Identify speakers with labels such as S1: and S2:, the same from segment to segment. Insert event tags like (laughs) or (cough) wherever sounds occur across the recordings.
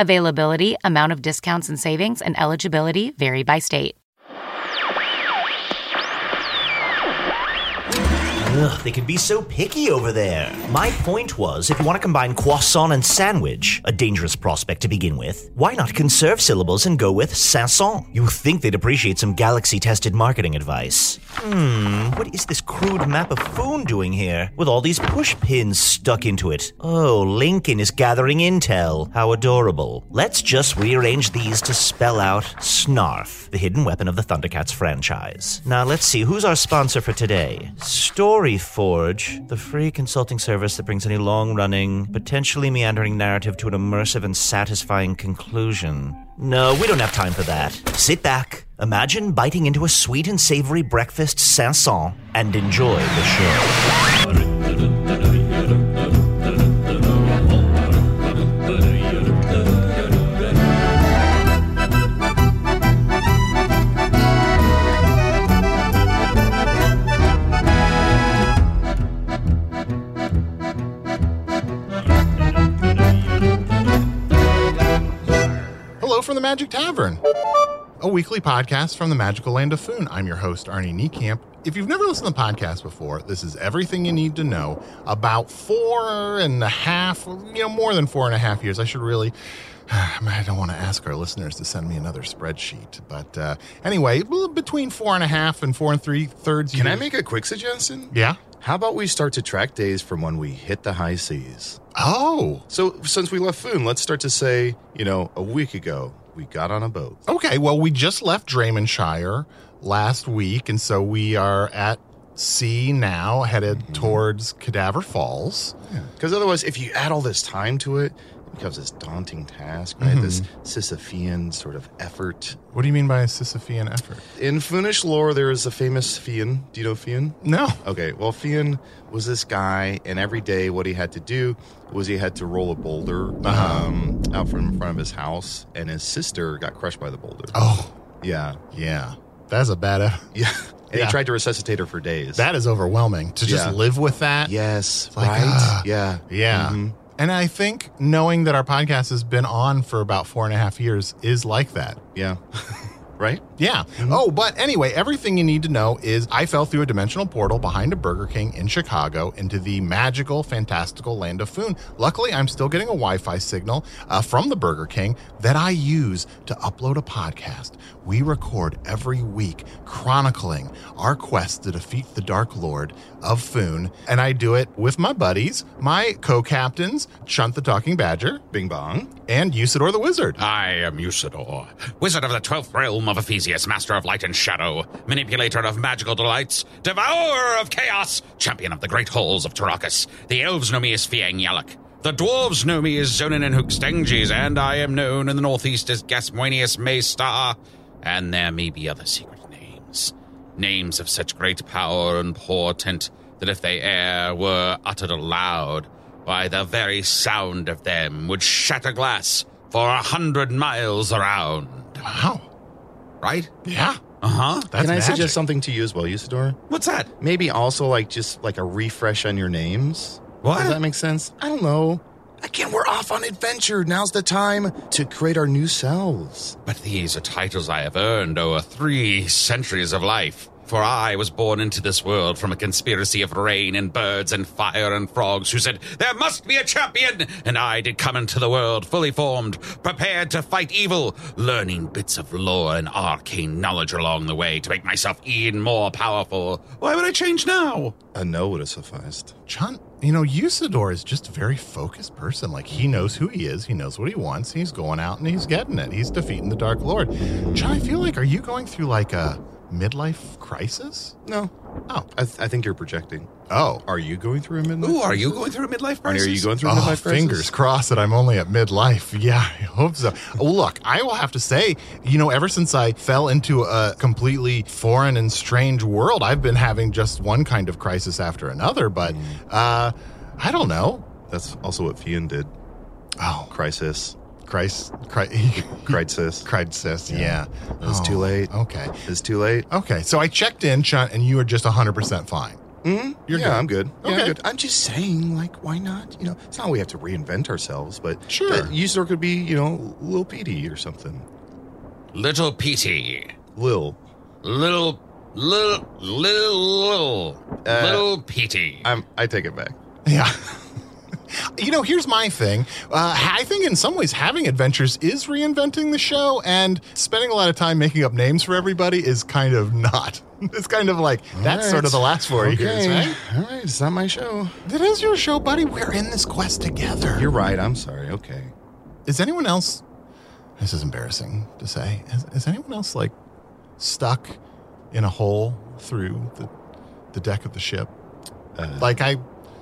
S1: Availability, amount of discounts and savings, and eligibility vary by state.
S2: Ugh, they can be so picky over there. My point was if you want to combine croissant and sandwich, a dangerous prospect to begin with, why not conserve syllables and go with Sanson? You think they'd appreciate some galaxy tested marketing advice. Hmm, what is this crude map of Foon doing here with all these push pins stuck into it? Oh, Lincoln is gathering intel. How adorable. Let's just rearrange these to spell out Snarf, the hidden weapon of the Thundercats franchise. Now let's see who's our sponsor for today. StoryForge, the free consulting service that brings any long-running, potentially meandering narrative to an immersive and satisfying conclusion. No, we don't have time for that. Sit back, imagine biting into a sweet and savory breakfast Sanson, and enjoy the show.
S3: Hello from the Magic Tavern, a weekly podcast from the magical land of Foon. I'm your host, Arnie Niekamp. If you've never listened to the podcast before, this is everything you need to know about four and a half, you know, more than four and a half years. I should really. (sighs) I mean, I don't want to ask our listeners to send me another spreadsheet, but uh, anyway, well, between four and a half and four and three thirds.
S4: Can I
S3: years-
S4: make a quick suggestion?
S3: Yeah.
S4: How about we start to track days from when we hit the high seas?
S3: Oh.
S4: So, since we left Foon, let's start to say, you know, a week ago, we got on a boat.
S3: Okay, well, we just left Draymanshire last week, and so we are at sea now, headed towards Cadaver Falls.
S4: Because otherwise, if you add all this time to it, it becomes this daunting task, right? This
S3: Mm-hmm.
S4: Sisyphean sort of effort.
S3: What do you mean by a Sisyphean effort?
S4: In Foonish lore, there is a famous Fian. Do you know Fian?
S3: No.
S4: Okay, well, Fian was this guy, and every day what he had to do was he had to roll a boulder
S3: Uh-huh.
S4: um, out from in front of his house, and his sister got crushed by the boulder.
S3: Oh,
S4: Yeah,
S3: yeah. That's a bad. eff-
S4: yeah. And
S3: Yeah.
S4: he tried to resuscitate her for days.
S3: That is overwhelming to just
S4: Yeah.
S3: live with that.
S4: yes,
S3: like,
S4: right?
S3: ah.
S4: yeah,
S3: Yeah.
S4: Mhm.
S3: And I think knowing that our podcast has been on for about four and a half years is like that.
S4: yeah, right.
S3: Yeah. Oh, but anyway, everything you need to know is I fell through a dimensional portal behind a Burger King in Chicago into the magical, fantastical land of Foon. Luckily, I'm still getting a Wi Fi signal uh, from the Burger King that I use to upload a podcast. We record every week chronicling our quest to defeat the Dark Lord of Foon, and I do it with my buddies, my co captains, Chunt the Talking Badger,
S4: Bing bong.
S3: and Usador the Wizard.
S5: I am Usador, wizard of the twelfth realm of Ephesius, master of light and shadow, manipulator of magical delights, devourer of chaos, champion of the great halls of Tarakas. The elves know me as Fiang Yalak. The dwarves know me as Zonin and Hookstanges, and I am known in the northeast as Gasmoenius Maystar. And there may be other secret names. Names of such great power and portent that if they e'er were uttered aloud, Why, the very sound of them would shatter glass for a hundred miles around.
S3: Wow.
S5: Right?
S3: Yeah.
S5: Uh huh.
S3: That's
S4: Can I
S3: magic.
S4: suggest something to you as well, Usador?
S5: What's that?
S4: Maybe also like just like a refresh on your names.
S5: What?
S4: Does that make sense? I don't know. Again, we're off on adventure. Now's the time to create our new selves.
S5: But these are titles I have earned over three centuries of life. For I was born into this world from a conspiracy of rain and birds and fire and frogs who said, There must be a champion! And I did come into the world fully formed, prepared to fight evil, learning bits of lore and arcane knowledge along the way to make myself even more powerful. Why would I change now?
S4: A no would have sufficed.
S3: John, you know, Usador is just a very focused person. Like, he knows who he is, he knows what he wants, he's going out and he's getting it. He's defeating the Dark Lord. John, I feel like, are you going through like a midlife crisis?
S4: No.
S3: Oh,
S4: I, th- I think you're projecting.
S3: oh.
S4: Are you going through a midlife?
S5: Ooh, are
S4: crisis?
S5: you going through a midlife
S4: Are
S5: crisis?
S4: you going through a
S3: Oh,
S4: midlife crisis?
S3: fingers crossed that I'm only at midlife. (laughs) Yeah, I hope so. Well, Look, I will have to say, you know, ever since I fell into a completely foreign and strange world, I've been having just one kind of crisis after another. But
S4: Mm.
S3: uh, I don't know.
S4: That's also what Fian did.
S3: Oh,
S4: Crisis.
S3: Christ, Christ, (laughs)
S4: Crisis.
S3: crisis. Yeah,
S4: Yeah. Oh, It was
S3: Oh,
S4: too late.
S3: Okay,
S4: It's too late.
S3: okay. So I checked in, Sean, and you are just 100 percent fine.
S4: Mm-hmm.
S3: You're
S4: yeah,
S3: good.
S4: I'm good. Yeah,
S3: Okay.
S4: I'm good. I'm just saying, like, why not? You know, it's not we have to reinvent ourselves, but
S3: Sure.
S4: that Usador could be, you know, Lil Petey or something.
S5: Little Petey.
S4: Lil.
S5: Little, little, little,
S4: Uh,
S5: little Petey.
S4: I'm, I take it back.
S3: Yeah. (laughs) You know, here's my thing. Uh, I think in some ways, having adventures is reinventing the show, and spending a lot of time making up names for everybody is kind of not. (laughs) It's kind of like that's
S4: All
S3: sort of
S4: right.
S3: the last four
S4: okay.
S3: years, right?
S4: All right, it's not my show.
S3: It is your show, buddy. We're in this quest together.
S4: You're right. I'm sorry. Okay.
S3: is anyone else? This is embarrassing to say. Is, is anyone else like stuck in a hole through the the deck of the ship?
S4: Uh,
S3: Like I,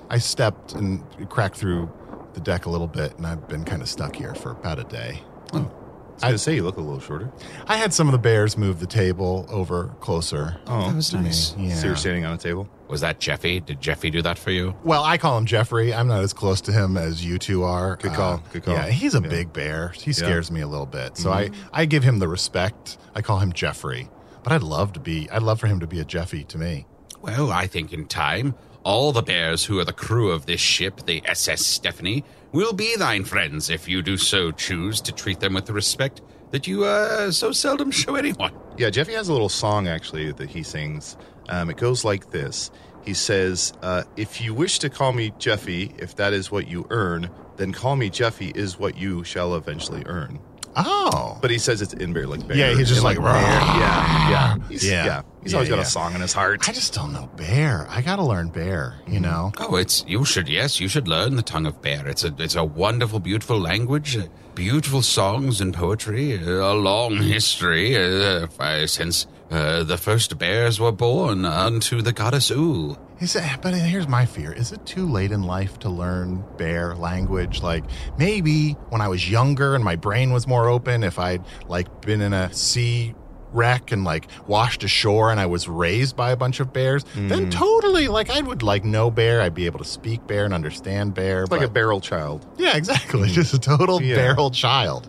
S3: I stepped and cracked through the deck a little bit, and I've been kind of stuck here for about a day.
S4: I was gonna say you look a little shorter.
S3: I had some of the bears move the table over closer.
S4: Oh,
S5: was
S3: to me. Yeah.
S4: so you're standing on a table.
S5: Was that Jeffy? Did Jeffy do that for you?
S3: Well, I call him Jeffrey. I'm not as close to him as you two are. Uh,
S4: Good call. Good call.
S3: Yeah, he's a
S4: Yeah.
S3: big bear. He
S4: Yeah. Mm-hmm.
S3: scares me a little bit. So I, I give him the respect. I call him Jeffrey. But I'd love to be I'd love for him to be a Jeffy to me.
S5: Well, I think in time, all the bears who are the crew of this ship, the SS Stephanie, will be thine friends if you do so choose to treat them with the respect that you uh, so seldom show anyone.
S4: Yeah, Jeffy has a little song actually that he sings. Um, it goes like this. He says, uh, "If you wish to call me Jeffy, if that is what you earn, then call me Jeffy is what you shall eventually earn."
S3: Oh.
S4: But he says it's in bear like bear.
S3: Yeah, he's just
S4: in,
S3: like,
S4: bear.
S3: "Rah."
S4: yeah, yeah, He's-
S3: Yeah.
S4: yeah, He's
S3: Yeah,
S4: always got
S3: yeah.
S4: a song in his heart.
S3: I just don't know bear. I gotta learn bear,
S4: Mm-hmm.
S3: you know?
S5: Oh, it's you should yes, you should learn the tongue of bear. It's a it's a wonderful, beautiful language, uh, beautiful songs and poetry, uh, a long history uh, uh, since uh, the first bears were born unto the goddess Ooh.
S3: Is it, but here's my fear. Is it too late in life to learn bear language? Like maybe when I was younger and my brain was more open, if I'd like been in a sea wreck and like washed ashore and I was raised by a bunch of bears,
S4: Mm.
S3: then totally like I would like know bear. I'd be able to speak bear and understand bear.
S4: It's like a
S3: but-
S4: barrel child.
S3: Yeah, exactly. Just a total
S4: Yeah.
S3: barrel child.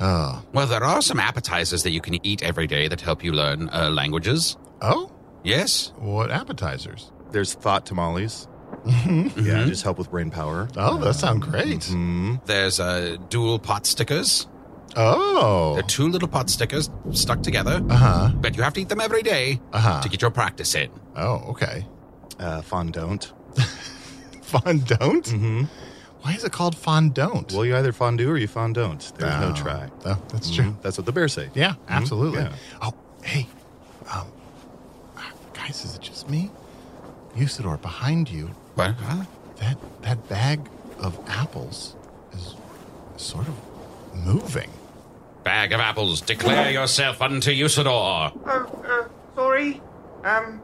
S5: Well, there are some appetizers that you can eat every day that help you learn uh, languages.
S3: Oh,
S5: Yes.
S3: what appetizers?
S4: There's thought tamales. Yeah, just help with brain power.
S3: Mm-hmm. Oh, that sounds great.
S4: hmm
S5: There's uh, dual pot stickers.
S3: Oh,
S5: They're two little pot stickers stuck together,
S3: uh huh,
S5: but you have to eat them every day
S3: uh huh.
S5: to get your practice in.
S3: Oh, okay.
S4: Uh, fondant.
S3: (laughs) Fondant.
S4: Mm-hmm.
S3: Why is it called fondant?
S4: Well, you either fondue or you fondant. There's no
S3: Oh,
S4: try.
S3: oh, that's true.
S4: Mhm. That's what the bears say.
S3: Mm-hmm. Yeah, absolutely.
S4: yeah.
S3: Oh, hey, um, ah, guys, is it just me? Usador, behind you,
S5: What?
S3: that that bag of apples is sort of moving.
S5: Bag of apples, declare yourself unto Usador.
S6: Oh, uh, sorry. Um,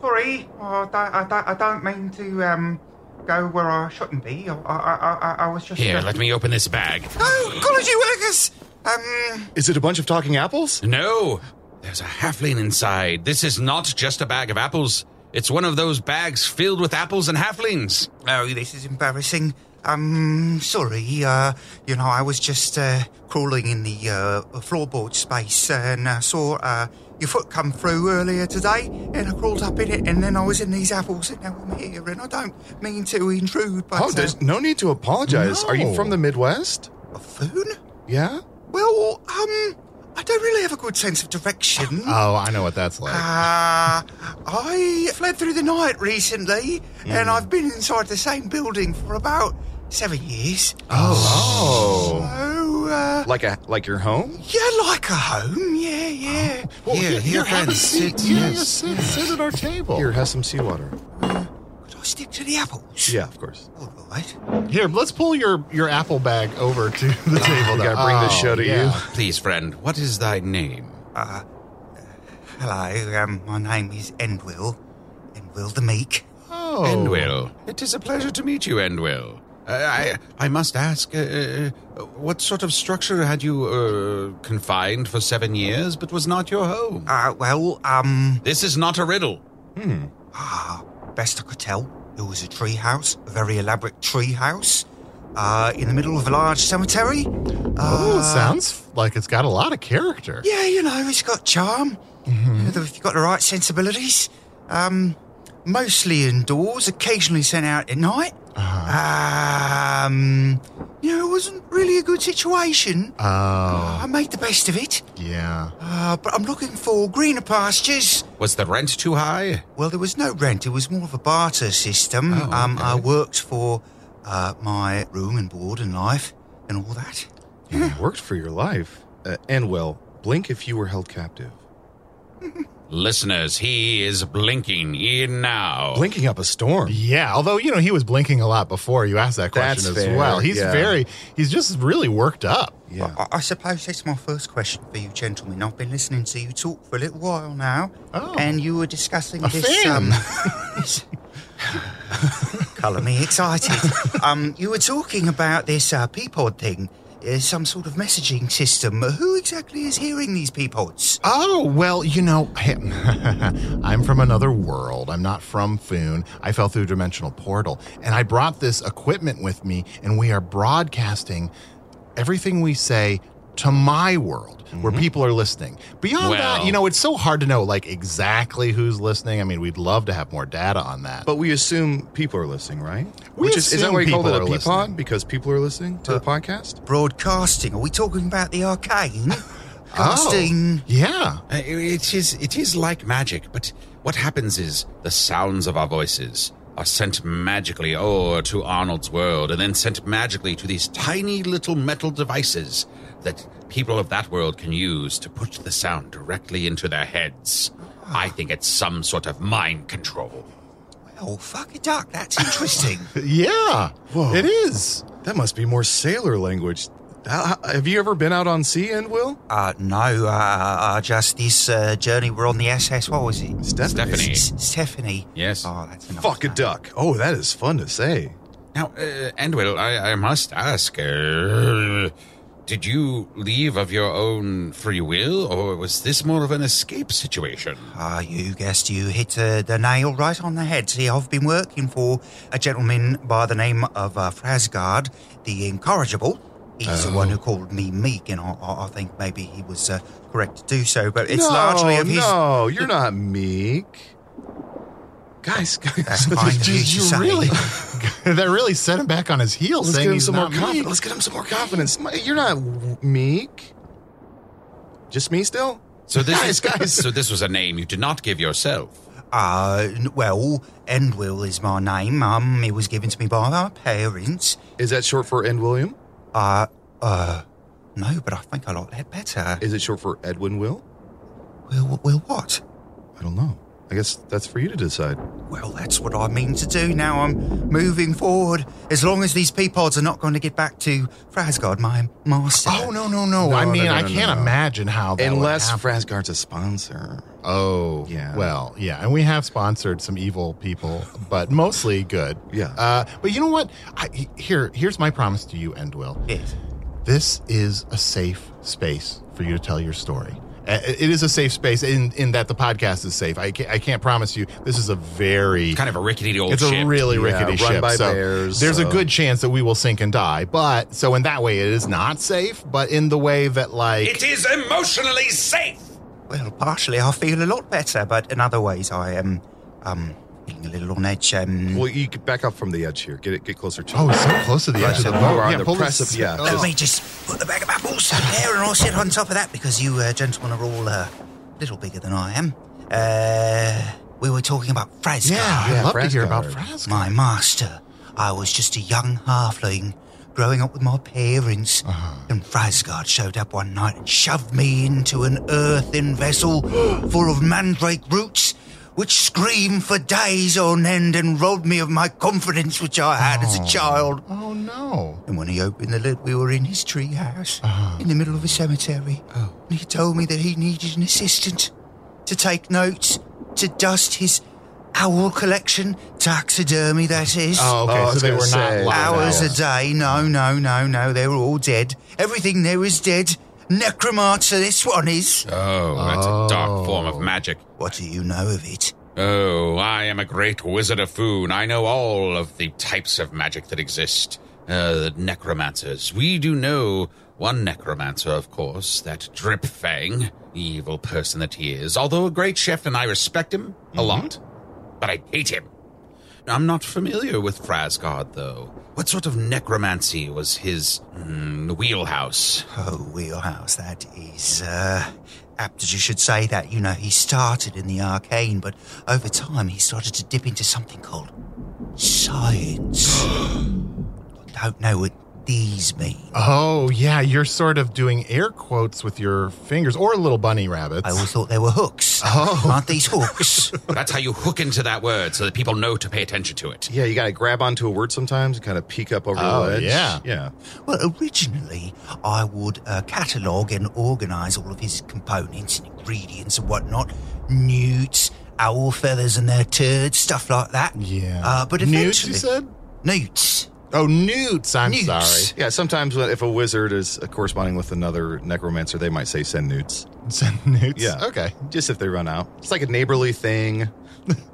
S6: sorry. Oh, I, don't, I, don't, I don't mean to um go where I shouldn't be. I, I, I, I- I was just
S5: Here,
S6: uh,
S5: let me open this bag.
S6: Oh, ecology workers. Um,
S4: Is it a bunch of talking apples?
S5: No, there's a halfling inside. This is not just a bag of apples. It's one of those bags filled with apples and halflings.
S6: Oh, this is embarrassing. Um, sorry. Uh, you know, I was just uh, crawling in the uh, floorboard space and uh, saw uh, your foot come through earlier today, and I crawled up in it, and then I was in these apples, and now I'm here. And I don't mean to intrude, but
S4: Oh, there's no need to apologize. Are you
S3: No.
S4: from the Midwest?
S6: uh, a phone?
S4: Yeah?
S6: Well, um, I don't really have a good sense of direction.
S3: Oh, I know what that's like.
S6: Uh, I fled through the night recently, and I've been inside the same building for about seven years.
S4: Oh.
S6: Oh, uh,
S4: Like a like your home?
S6: yeah, like a home. Yeah, yeah.
S3: Well,
S5: Here, here,
S3: have a
S5: friends,
S3: seat.
S5: sit,
S3: Yeah,
S5: yes,
S3: yeah, sit, sit at our table.
S4: Here, have some seawater.
S6: Could I stick to the apples?
S4: Yeah, of course.
S6: All right.
S3: Here, let's pull your your apple bag over (laughs) to the table.
S4: we gotta
S3: now.
S4: bring
S3: Oh,
S4: the show to
S3: yeah.
S4: you.
S5: Please, friend, what is thy name?
S6: Hello. Um, my name is Endwill. Endwill the Meek.
S3: Oh,
S5: Endwell. It is a pleasure to meet you, Endwell. Uh, I I must ask, uh, uh, what sort of structure had you uh, confined for seven years, but was not your home?
S6: Uh, well, um,
S5: This is not a riddle.
S6: Ah, best I could tell, it was a tree house, a very elaborate tree house, uh, in the middle of a large cemetery.
S3: Oh,
S6: Uh,
S3: it sounds like it's got a lot of character.
S6: Yeah, you know, it's got charm. You know, if you've got the right sensibilities. Um, mostly indoors, occasionally sent out at night. Um, you know, it wasn't really a good situation.
S3: Oh,
S6: I made the best of it,
S3: yeah.
S6: uh, but I'm looking for greener pastures.
S5: Was the rent too high?
S6: Well, there was no rent. It was more of a barter system.
S5: Oh,
S6: um,
S5: okay.
S6: I worked for uh, my room and board and life and all that.
S4: You worked for your life. Uh, and well, blink if you were held captive.
S5: Listeners, he is blinking in now.
S4: Blinking up a storm.
S3: Yeah, although you know he was blinking a lot before you asked that question
S4: That's
S3: as
S4: fair,
S3: well. He's
S4: yeah.
S3: very, he's just really worked up.
S4: Yeah.
S6: I, I suppose that's my first question for you, gentlemen. I've been listening to you talk for a little while now,
S3: Oh.
S6: and you were discussing
S3: A
S6: this. um,
S3: fan.
S6: Colour me excited. um, you were talking about this uh, peapod thing. Uh, some sort of messaging system. Who exactly is hearing these peapods?
S3: Oh, well, you know, (laughs) I'm from another world. I'm not from Foon. I fell through a dimensional portal, and I brought this equipment with me, and we are broadcasting everything we say to my world where people are listening. Beyond that,
S5: Well-
S3: you know, it's so hard to know like exactly who's listening. I mean, we'd love to have more data on that.
S4: But we assume people are listening, right?
S3: We
S4: Which is, is that
S3: assume
S4: why you called it
S3: people
S4: a
S3: are
S4: peapod?
S3: listening.
S4: Because people are listening to the podcast?
S6: Broadcasting. Are we talking about
S4: (laughs)
S6: the arcane? Casting.
S3: Oh, yeah.
S5: Uh, It is it is like magic, but what happens is the sounds of our voices are sent magically over to Arnold's world and then sent magically to these tiny little metal devices that people of that world can use to put the sound directly into their heads. I think it's some sort of mind control.
S6: Well, fuck it,
S4: (laughs)
S6: duck. That's interesting.
S3: Yeah. It is.
S4: That must be more sailor language. uh, How- how- have you ever been out on sea, and Will?
S6: uh, no, uh, uh, just this uh, journey. We're on the SS. What was it?
S5: Stephanie.
S6: S- Stephanie.
S5: Yes.
S6: Oh, that's a nice
S4: Fuck a
S6: name.
S4: duck. Oh, that is fun to say.
S5: Now, uh, Endwill, I, I must ask, uh, did you leave of your own free will, or was this more of an escape situation?
S6: Ah, you guessed you hit uh, the nail right on the head. See, I've been working for a gentleman by the name of uh, Frasgard the Incorrigible. He's
S4: Oh.
S6: the one who called me meek, and I, I I think maybe he was uh, correct to do so. But it's
S4: no,
S6: largely of his.
S4: No, you're not meek. Guys, (laughs) guys,
S6: That's fine.
S4: let's
S6: You
S3: You
S6: should say.
S3: really, (laughs) that really set him back on his heels. saying
S4: give him
S3: he's
S4: some more
S3: not me.
S4: confidence. Let's get him some more confidence. My- You're not w- meek. Just me still?
S5: So this
S4: Guys,
S5: is,
S4: guys.
S5: So this was a name you did not give yourself.
S6: Uh, n- well, Endwill is my name. Um, it was given to me by my parents.
S4: Is that short for End William?
S6: Uh, uh, no, but I think I like that better.
S4: Is it short for Edwin Will?
S6: Well, well, what?
S4: I don't know. I guess that's for you to decide.
S6: Well, that's what I mean to do now. I'm moving forward. As long as these peapods are not going to get back to Frasgard, my master.
S3: Oh no no no!
S4: No,
S3: I
S4: no,
S3: mean,
S4: no,
S3: I
S4: no,
S3: can't
S4: no.
S3: imagine how that would
S4: Unless
S3: happen.
S4: Frasgard's a sponsor.
S3: oh
S4: Yeah.
S3: Well, yeah, and we have sponsored some evil people, but mostly good.
S4: Yeah.
S3: Uh, but you know what? I, he- here, here's my promise to you, Endwill.
S6: Yes.
S3: This is a safe space for you to tell your story. Uh, It is a safe space in, in that the podcast is safe. I can't, I can't promise you. This is a very
S5: Kind of a rickety old
S3: it's a
S5: ship.
S3: really
S4: Yeah,
S3: rickety
S4: run
S3: ship.
S4: by
S3: so
S4: bears,
S3: there's
S4: so-
S3: a good chance that we will sink and die. But so in that way, it is not safe. But in the way that like
S5: it is emotionally safe.
S6: Well, partially I feel a lot better, but in other ways I am um feeling a little on edge. Um,
S4: Well, you get back up from the edge here. Get it. Get closer to.
S3: oh,
S4: it.
S3: it's so close to the edge of the
S4: Precipice.
S3: boat.
S4: We're on
S3: yeah,
S4: the
S3: pull this-
S4: precipice, yeah.
S3: Oh.
S6: let me just put the back of my balls in there, and I'll sit on top of that because you uh, gentlemen are all uh, a little bigger than I am. Uh, we were talking about Frasca.
S3: Yeah, I'd
S4: Yeah,
S3: love to hear
S4: Frascard.
S3: about Frascard.
S6: My master. I was just a young halfling growing up with my parents.
S3: Uh-huh.
S6: And Frasgard showed up one night and shoved me into an
S3: (gasps)
S6: earthen vessel full of mandrake roots, which screamed for days on end and robbed me of my confidence, which I had as a child.
S3: Oh no!
S6: And when he opened the lid, we were in his treehouse
S3: Uh-huh.
S6: in the middle of a cemetery.
S3: Oh.
S6: And he told me that he needed an assistant to take notes, to dust his owl collection, taxidermy, that is.
S3: Oh,
S4: Oh, I
S3: okay. so
S4: was
S3: they
S4: gonna
S3: were not
S4: say,
S3: live
S6: Hours
S3: owls.
S6: a day. No, no, no, no. They were all dead. Everything there is dead. Necromancer, this one is.
S5: Oh, that's a dark form of magic.
S6: What do you know of it?
S5: Oh, I am a great wizard of Foon. I know all of the types of magic that exist. Uh, the necromancers. We do know one necromancer, of course, that Dripfang, evil person that he is. Although a great chef and I respect him a lot, but I hate him. I'm not familiar with Frasgard, though. What sort of necromancy was his mm, wheelhouse?
S6: Oh, wheelhouse, that is uh, apt as you should say that. You know, he started in the arcane, but over time he started to dip into something called science. (gasps) I don't know what these mean.
S3: Oh yeah, you're sort of doing air quotes with your fingers or little bunny rabbits.
S6: I always thought they were hooks. Oh. Aren't these hooks? (laughs)
S5: That's how you hook into that word so that people know to pay attention to it.
S4: Yeah, you gotta grab onto a word sometimes and kind of peek up over
S3: Oh,
S4: the ledge.
S3: yeah.
S4: yeah.
S6: Well, originally, I would uh, catalogue and organise all of his components and ingredients and whatnot. Newts, owl feathers and their turds, stuff like that.
S3: yeah.
S6: Uh, but eventually...
S3: newts, you said?
S6: Newts.
S3: Oh, newts. I'm
S4: (laughs)
S6: Newts.
S3: sorry.
S4: Yeah, sometimes when- if a wizard is uh, corresponding with another necromancer, they might say send newts.
S3: Said newts.
S4: Yeah.
S3: Okay.
S4: Just if they run out. It's like a neighborly thing.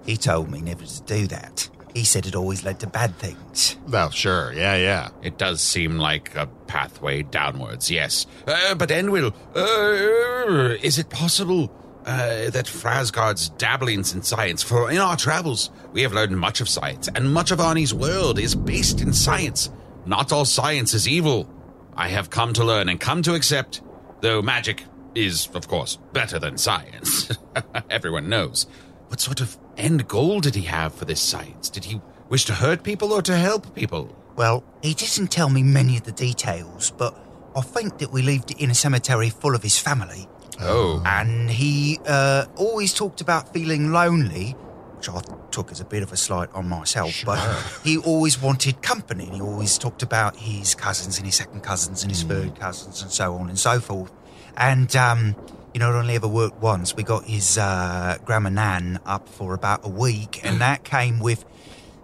S6: He told me never to do that. He said it always led to bad things.
S3: Oh, sure. Yeah, yeah.
S5: It does seem like a pathway downwards, yes. Uh, but Enwil, uh, is it possible uh, that Frasgard's dabblings in science? For in our travels, we have learned much of science, and much of Arnie's world is based in science. Not all science is evil. I have come to learn and come to accept, though magic is, of course, better than science. (laughs) Everyone knows. What sort of end goal did he have for this science? Did he wish to hurt people or to help people?
S6: Well, he didn't tell me many of the details, but I think that we lived in a cemetery full of his family.
S5: Oh.
S6: And he uh, always talked about feeling lonely, which I took as a bit of a slight on myself, but he always wanted company. He always talked about his cousins and his second cousins and his third cousins and so on and so forth. And, um, you know, it only ever worked once. We got his uh, grandma Nan up for about a week, and that came with.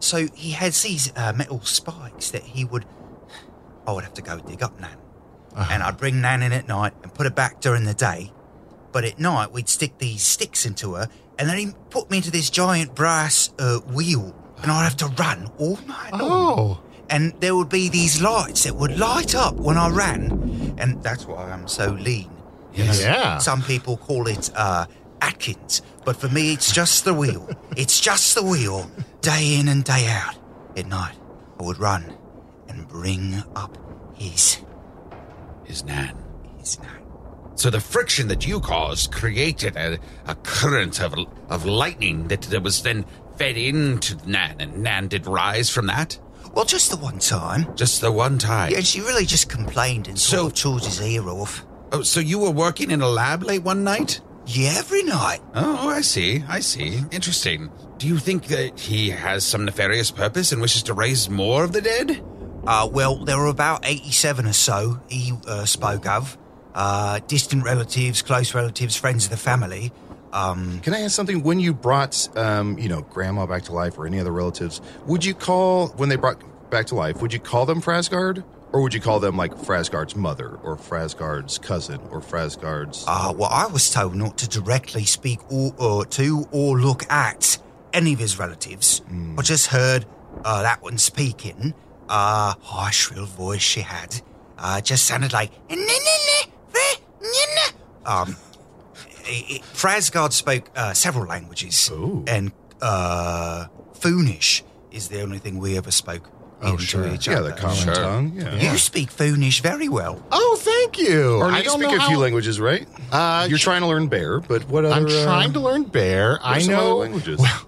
S6: So he has these uh, metal spikes that he would. I would have to go dig up Nan. And I'd bring Nan in at night and put her back during the day. But at night, we'd stick these sticks into her, and then he put me into this giant brass uh, wheel, and I'd have to run all night long.
S3: Oh.
S6: And there would be these lights that would light up when I ran, and that's why I'm so lean.
S3: Yeah.
S6: Some people call it uh, Atkins, but for me, it's just
S3: (laughs)
S6: the wheel. it's just the wheel, day in and day out. At night, I would run and bring up his
S5: His nan.
S6: his name.
S5: So the friction that you caused created a, a current of, of lightning that, that was then fed into Nan, and Nan did rise from that?
S6: Well, just the one time.
S5: Just the one time.
S6: Yeah, and she really just complained and sort
S5: So-
S6: of chewed his ear off.
S5: Oh, so you were working in a lab late one night?
S6: Yeah, every night.
S5: Oh, I see. I see. Interesting. Do you think that he has some nefarious purpose and wishes to raise more of the dead?
S6: Uh, well, there were about 87 or so he uh, spoke of. Uh, distant relatives, close relatives, friends of the family. Um,
S4: Can I ask something? When you brought, um, you know, grandma back to life or any other relatives, would you call when they brought back to life? Would you call them Frasgard, Or would you call them like Frasgard's mother or Frasgard's cousin or Frasgard's.
S3: Oh,
S6: Ah, well, I was told not to directly speak or, or to or look at any of his relatives.
S4: Hmm.
S6: I just heard uh, that one speaking. Uh, high, shrill voice she had. Uh, just sounded like. Um, it- it- Frasgard spoke uh, several languages, and uh, Foonish is the only thing we ever spoke into each
S4: Oh, yeah,
S6: other.
S4: the common tongue. Yeah.
S6: You speak Foonish very well.
S3: Oh, thank you.
S4: Or
S3: I
S4: you
S3: don't
S4: speak
S3: know
S4: a
S3: how-
S4: few languages, right?
S3: Uh,
S4: You're trying to learn bear, but what other?
S3: I'm
S4: uh,
S3: trying to learn bear.
S4: are
S3: I
S4: some other
S3: know
S4: languages?
S3: (laughs) Well,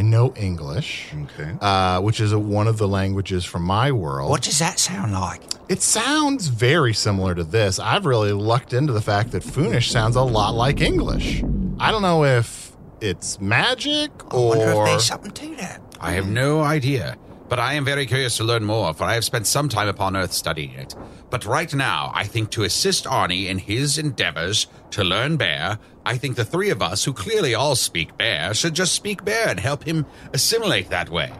S3: I know English.
S4: Okay.
S3: Uh, which is a, one of the languages from my
S4: Oh.
S3: world.
S6: What does that sound like?
S3: It sounds very similar to this. I've really lucked into the fact that Foonish sounds a lot like English. I don't know if it's magic
S6: I wonder if
S3: or
S6: there's something to that.
S5: I have no idea, but I am very curious to learn more, for I have spent some time upon Earth studying it. But right now, I think to assist Arnie in his endeavors to learn Bear, I think the three of us, who clearly all speak Bear, should just speak Bear and help him assimilate that way.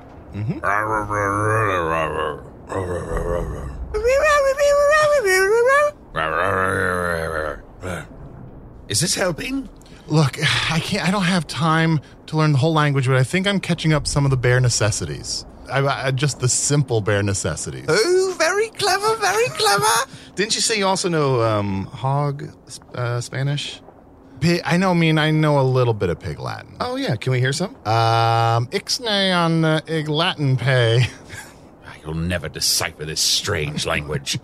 S5: Is this helping?
S3: look. I can't. I don't have time to learn the whole language, but I think I'm catching up some of the bare necessities. I, I, just the simple bare necessities.
S6: Oh, very clever, very clever.
S4: Uh, Didn't you say you also know um, hog uh, Spanish?
S3: Pi- I know. I mean, I know a little bit of Pig Latin.
S4: Oh yeah, can we hear some?
S3: Um, ixnay on uh, ig Latin pay. (laughs)
S5: You'll never decipher this strange language.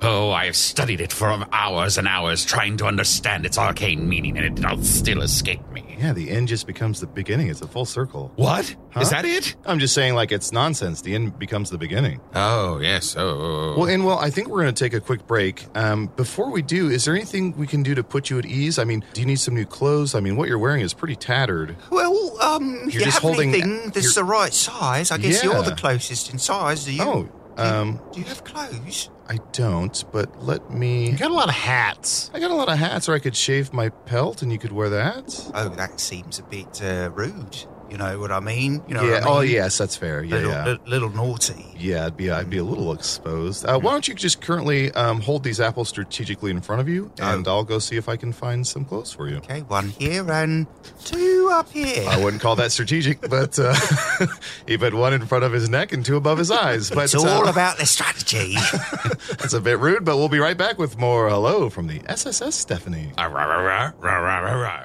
S5: Oh, I have studied it for hours and hours, trying to understand its arcane meaning, and it will still escape me.
S4: yeah, the end just becomes the beginning. It's a full circle.
S5: What? Is
S4: Huh?
S5: that it?
S4: I'm just saying, like it's nonsense. The end becomes the beginning.
S5: Oh, yes. Oh.
S4: Well, and well, I think we're going to take a quick break. Um, before we do, is there anything we can do to put you at ease? I mean, do you need some new clothes? I mean, what you're we're wearing is pretty tattered.
S6: Well, um, if
S4: You're
S6: you
S4: just
S6: have
S4: holding-
S6: anything that's
S4: you're-
S6: the right size, I guess
S4: Yeah.
S6: you're the closest in size. Do you?
S4: Oh, um,
S6: do you have clothes?
S4: I don't, but let me.
S3: You got a lot of hats.
S4: I got a lot of hats, or I could shave my pelt and you could wear that.
S6: Oh, that seems a bit uh, rude. You know what I mean? You know
S4: yeah.
S6: what I
S4: Oh,
S6: mean?
S4: yes, that's fair. Yeah,
S6: little,
S4: yeah.
S6: li- little naughty.
S4: yeah, I'd be I'd be a little exposed. Uh, why don't you just currently um, hold these apples strategically in front of you, and I'll go see if I can find some clothes for you.
S6: Okay, one here and two up here.
S4: I wouldn't call that strategic, (laughs) but uh, he put one in front of his neck and two above his eyes. But
S6: it's all
S4: uh,
S6: about the strategy. (laughs)
S4: That's a bit rude, but we'll be right back with more hello from the SSS Stephanie.
S5: Ah, rah, rah, rah, rah, rah, rah, rah.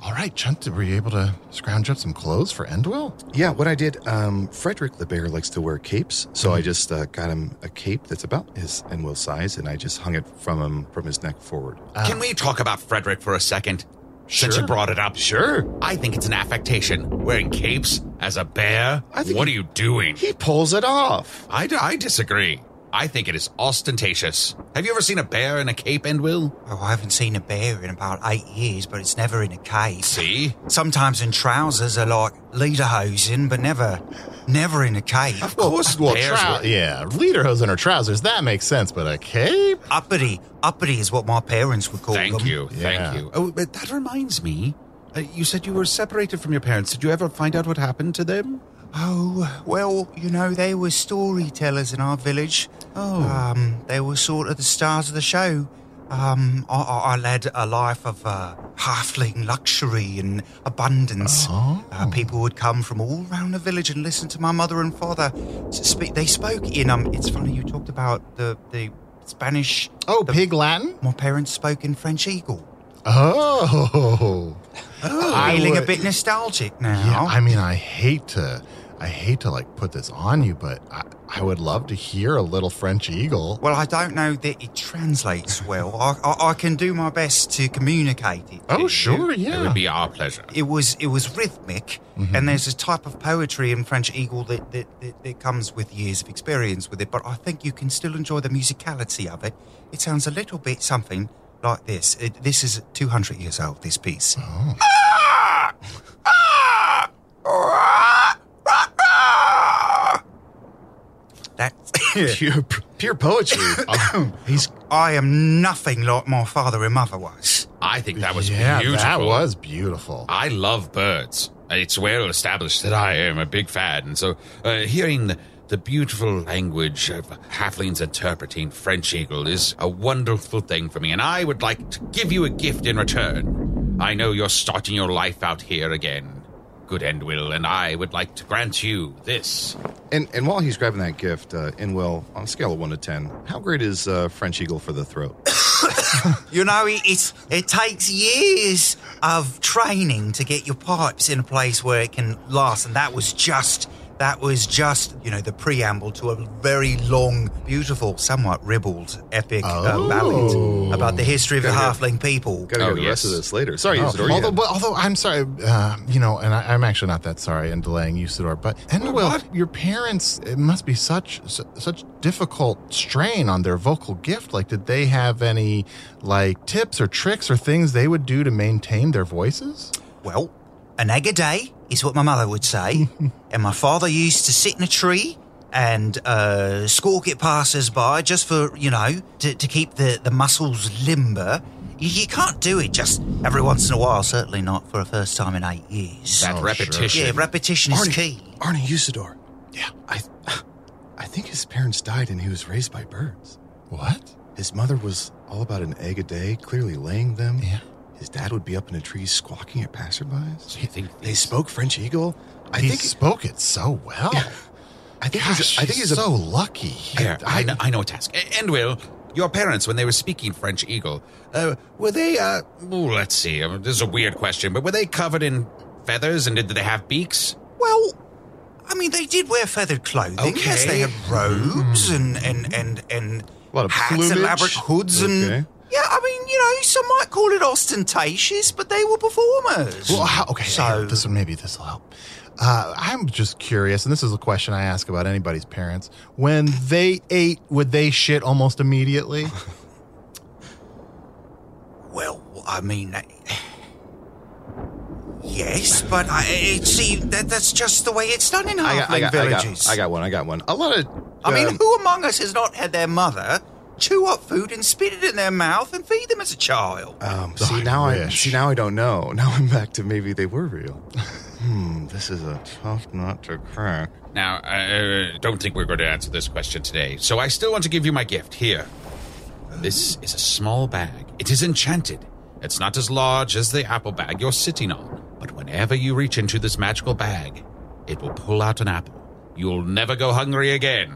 S3: All right, Chunt, were you able to scrounge up some clothes for Endwell?
S4: Yeah, what I did, um, Frederick the Bear likes to wear capes, so
S3: Mm-hmm.
S4: I just uh, got him a cape that's about his and Will's size, and I just hung it from him from his neck forward.
S5: Can we talk about Frederick for a second? Since you brought it up.
S4: Sure.
S5: I think it's an affectation. Wearing capes as a bear?
S4: I think
S5: what
S4: he-
S5: are you doing?
S4: He pulls it off.
S5: I, d- I disagree. I think it is ostentatious. Have you ever seen a bear in a cape, and will?
S6: oh, I haven't seen a bear in about eight years, but it's never in a cave.
S5: See?
S6: Sometimes in trousers are like lederhosen, but never, never in a cave.
S5: course
S3: Well,
S5: bears
S3: trou-
S5: were-
S3: Oh, yeah, lederhosen or trousers, that makes sense, but a cape?
S6: Uppity, uppity is what my parents would call
S5: Thank
S6: them.
S5: you.
S3: Yeah.
S5: Thank you. Oh, but that reminds me. Uh, you said you were separated from your parents. Did you ever find out what happened to them?
S6: Oh, well, you know, they were storytellers in our village.
S5: Oh.
S6: Um, they were sort of the stars of the show. Um, I, I, I led a life of uh, halfling luxury and abundance.
S5: Oh.
S6: Uh, people would come from all around the village and listen to my mother and father s- speak. They spoke in um. It's funny you talked about the the Spanish.
S3: Oh,
S6: the-
S3: pig Latin?
S6: My parents spoke in French Eagle.
S3: Oh. I
S6: Feeling
S3: would-
S6: a bit nostalgic
S3: Yeah,
S6: now.
S3: I mean, I hate to, I hate to like put this on you, but I, I would love to hear a little French eagle.
S6: well, I don't know that it translates well. I, I, I can do my best to communicate it. to
S3: Oh,
S6: you.
S3: sure, Mm-hmm.
S5: It
S3: yeah.
S5: would be our pleasure.
S6: it was it was rhythmic, and there's a type of poetry in French Eagle that that, that that comes with years of experience with it. But I think you can still enjoy the musicality of it. It sounds a little bit something like this. It, this is 200 years old. This piece.
S5: Ah!
S6: That's. (coughs)
S4: Pure, pure poetry. (coughs) Oh, he's
S6: I am nothing like my father and mother was.
S5: I think that was
S3: yeah,
S5: beautiful.
S3: that was beautiful.
S5: I love birds. It's well established that I am a big fan, and so uh, hearing the, the beautiful language of halflings interpreting French Eagle is a wonderful thing for me, and I would like to give you a gift in return. I know you're starting your life out here again, good Endwill, and I would like to grant you this.
S4: and and while he's grabbing that gift, uh, Inwell, on a scale of one to ten, how great is uh, French Eagle for the throat?
S3: (coughs)
S6: You know, it, it's it takes years of training to get your pipes in a place where it can last, and that was just that was just you know the preamble to a very long, beautiful, somewhat ribald, epic uh, ballad about the history of the halfling people.
S4: Got to
S5: Oh,
S4: hear the rest
S5: yes.
S4: of this later. Sorry,
S3: Oh,
S4: Isidore. you
S3: although,
S4: had-
S3: but, although I'm sorry, uh, you know, and I, I'm actually not that sorry in delaying you, Sidor. But and well, your parents, it must be such su- such difficult strain on their vocal gift. Like, did they have any like tips or tricks or things they would do to maintain their voices?
S6: Well, an egg a day is what my mother would say, and my father used to sit in a tree and uh, squawk at passers-by just for you know to, to keep the, the muscles limber. You, you can't do it just every once in a while. Certainly not for a first time in eight years.
S5: That repetition.
S6: yeah, repetition is key.
S4: Arnie Usador. Yeah. I I think his parents died and he was raised by birds.
S3: What?
S4: His mother was all about an egg a day, clearly laying them.
S3: Yeah.
S4: His dad would be up in a tree squawking at passerbys.
S5: Do you think
S4: They spoke French Eagle. I
S3: he
S4: think
S3: spoke it so well.
S4: I think
S3: Gosh,
S4: he's, I think he's a,
S3: so lucky.
S5: Here, I, know, I know a task. A- And Will, your parents, when they were speaking French Eagle, uh, were they, uh, ooh, let's see, um, this is a weird question, but were they covered in feathers and did they have beaks?
S6: Well, I mean, they did wear feathered clothing. Yes, they
S5: Okay.
S6: had robes and and and and
S4: Hmm. A lot of
S6: hats,
S4: plumage.
S6: elaborate hoods, and
S4: Okay.
S6: yeah. I mean, you know, some might call it ostentatious, but they were performers.
S3: Well, how, okay,
S6: So-
S3: here, this one maybe this will help. Uh, I'm just curious, and this is a question I ask about anybody's parents. When they ate, would they shit almost immediately?
S6: Well, I mean, that- yes, but I it, see that that's just the way it's done in
S4: I
S6: halfling
S4: got, I, got, I,
S6: villages.
S4: got, I got one. I got one. A lot of.
S6: I mean,
S4: um,
S6: who among us has not had their mother chew up food and spit it in their mouth and feed them as a child?
S4: Um,
S3: Oh,
S4: see
S3: I
S4: now I
S3: wish.
S4: see now I don't know. (laughs) Now I'm back to maybe they were real. hmm, this is a tough nut to crack.
S5: Now, I uh, don't think we're going to answer this question today, so I still want to give you my gift. Here. This is a small bag. It is enchanted. It's not as large as the apple bag you're sitting on, but whenever you reach into this magical bag, it will pull out an apple. You'll never go hungry again.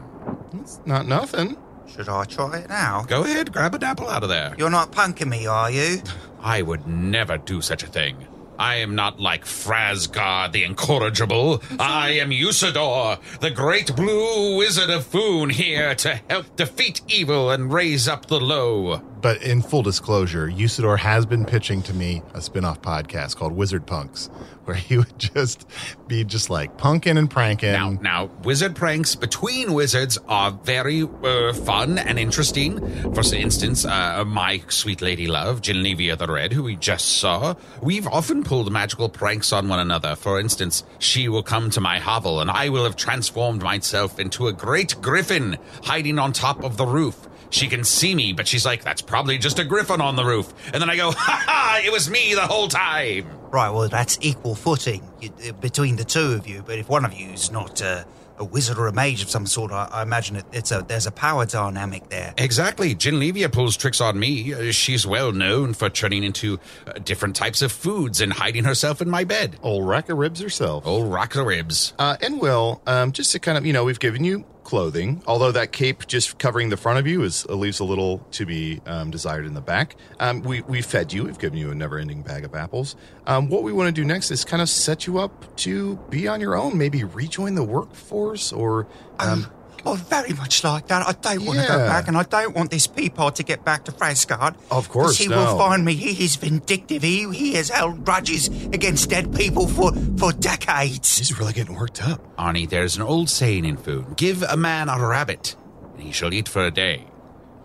S4: It's not nothing.
S6: Should I try it now?
S5: Go ahead, grab an apple out of there.
S6: You're not punking me, are you?
S5: I would never do such a thing. I am not like Frasgar the Incorrigible. I am Usador, the great blue wizard of Foon, here to help defeat evil and raise up the low.
S3: but in full disclosure, Usador has been pitching to me a spin-off podcast called Wizard Punks, where he (laughs) would just be just like punking and pranking.
S5: Now, now, wizard pranks between wizards are very uh, fun and interesting. For instance, uh, my sweet lady love, Genevieve the Red, who we just saw, we've often pulled magical pranks on one another. For instance, she will come to my hovel and I will have transformed myself into a great griffin hiding on top of the roof. She can see me, but she's like, that's probably just a griffin on the roof. And then I go, ha ha, it was me the whole time.
S6: Right, well, that's equal footing you, uh, between the two of you, but if one of you's not uh, a wizard or a mage of some sort. I, I imagine it, it's a there's a power dynamic there.
S5: Exactly. Genlevia pulls tricks on me. Uh, She's well known for turning into uh, different types of foods and hiding herself in my bed.
S4: Old rack of ribs herself.
S5: Old rock the ribs.
S4: Uh, and Will, um, just to kind of, you know, we've given you clothing, although that cape just covering the front of you is leaves a little to be um, desired in the back. Um, we, we fed you, we've given you a never ending bag of apples. Um, what we want to do next is kind of set you up to be on your own, maybe rejoin the workforce or. Um,
S6: Oh, very much like that. I don't want to go
S4: Yeah.
S6: back, and I don't want this peapod to get back to Frascard.
S4: Of course,
S6: he
S4: no.
S6: will find me. He is vindictive. He he has held grudges against dead people for for decades.
S4: She's really getting worked up.
S5: Arnie, there's an old saying in food give a man a rabbit, and he shall eat for a day.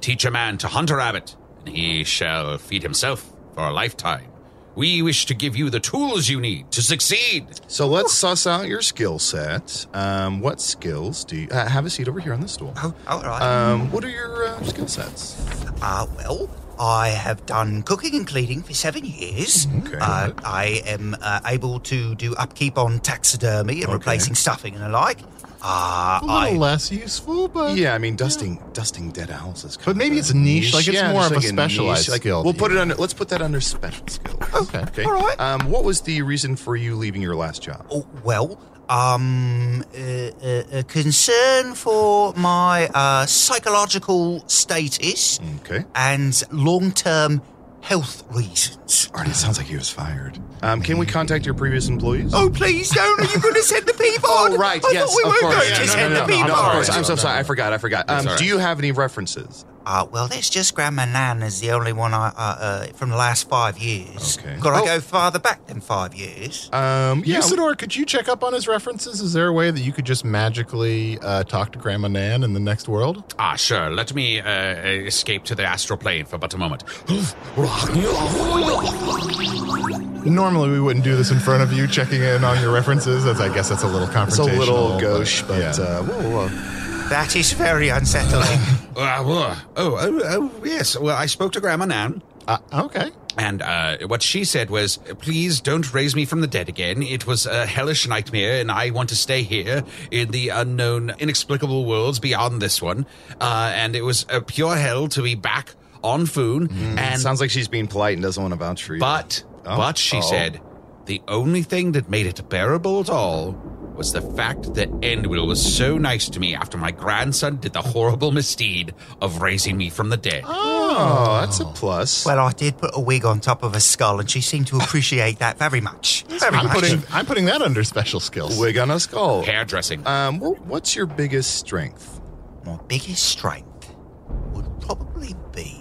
S5: Teach a man to hunt a rabbit, and he shall feed himself for a lifetime. We wish to give you the tools you need to succeed.
S4: So let's suss out your skill set. Um, what skills do you uh, have a seat over here on this stool?
S6: Oh, all right.
S4: Um, what are your uh, skill sets?
S6: Ah, well, I have done cooking and cleaning for seven years.
S4: Okay.
S6: Uh, I am uh, able to do upkeep on taxidermy and replacing stuffing and the like. Ah,
S3: A little
S6: I
S3: less useful, but
S4: Yeah, I mean dusting dusting dead owls is. Kind
S3: But maybe
S4: of
S3: it's niche, like, it's
S4: yeah,
S3: more
S4: just
S3: of a
S4: niche,
S3: specialized skill
S4: We'll
S3: that
S4: put
S3: you-
S4: it under. Let's put that under special skills.
S3: Okay.
S4: Okay.
S6: All right.
S4: Um, what was the reason for you leaving your last job?
S6: Oh, well, um, a, uh a concern for my uh, psychological status
S4: Okay.
S6: and long term health reasons.
S4: Arnie, it sounds like he was fired. Um, can we contact your previous employees?
S6: Oh, please don't. Are you going to send the people?
S4: (laughs) Oh, right.
S6: I
S4: yes,
S6: thought we
S4: of
S6: were
S4: course.
S6: going
S4: Yeah,
S6: to
S4: no, no, no,
S6: send the
S4: no,
S6: people.
S4: No, of course.
S5: No,
S4: I'm so
S5: no,
S4: sorry.
S5: no.
S4: I forgot. I forgot.
S5: That's
S4: Um,
S5: all
S4: Do
S5: right.
S4: you have any references?
S6: Uh, well, that's just Grandma Nan is the only one I, uh, uh, from the last five years.
S4: Okay.
S6: Got to
S4: Oh.
S6: go farther back than five years.
S4: Um, yeah.
S3: Usador, could you check up on his references? Is there a way that you could just magically uh, talk to Grandma Nan in the next world?
S5: Ah, sure. Let me uh, escape to the astral plane for but a moment. (gasps)
S3: Normally, we wouldn't do this in front of you, checking in on your references. As I guess that's a little
S4: It's a
S3: confrontational.
S4: little gauche, but,
S3: yeah.
S4: uh, whoa, whoa.
S6: That is
S4: (laughs)
S6: very unsettling.
S5: Uh, whoa. oh, oh, oh, yes. Well, I spoke to Grandma Nan,
S3: Uh, okay.
S5: and uh, what she said was, "Please don't raise me from the dead again. It was a hellish nightmare, and I want to stay here in the unknown, inexplicable worlds beyond this one. Uh, and it was a pure hell to be back on Foon. and
S4: Hmm, Sounds like she's being polite and doesn't want to vouch for you.
S5: But,
S4: Oh.
S5: but she
S4: Oh.
S5: said, the only thing that made it bearable at all was the fact that Endwill was so nice to me after my grandson did the horrible misdeed of raising me from the dead.
S4: Oh, that's a plus.
S6: well, I did put a wig on top of a skull, and she seemed to appreciate that very much. Very
S3: I'm
S6: much.
S3: putting I'm putting that under special skills.
S4: Wig on a skull.
S5: Hairdressing.
S4: Um, wh- what's your biggest strength?
S6: My biggest strength would probably be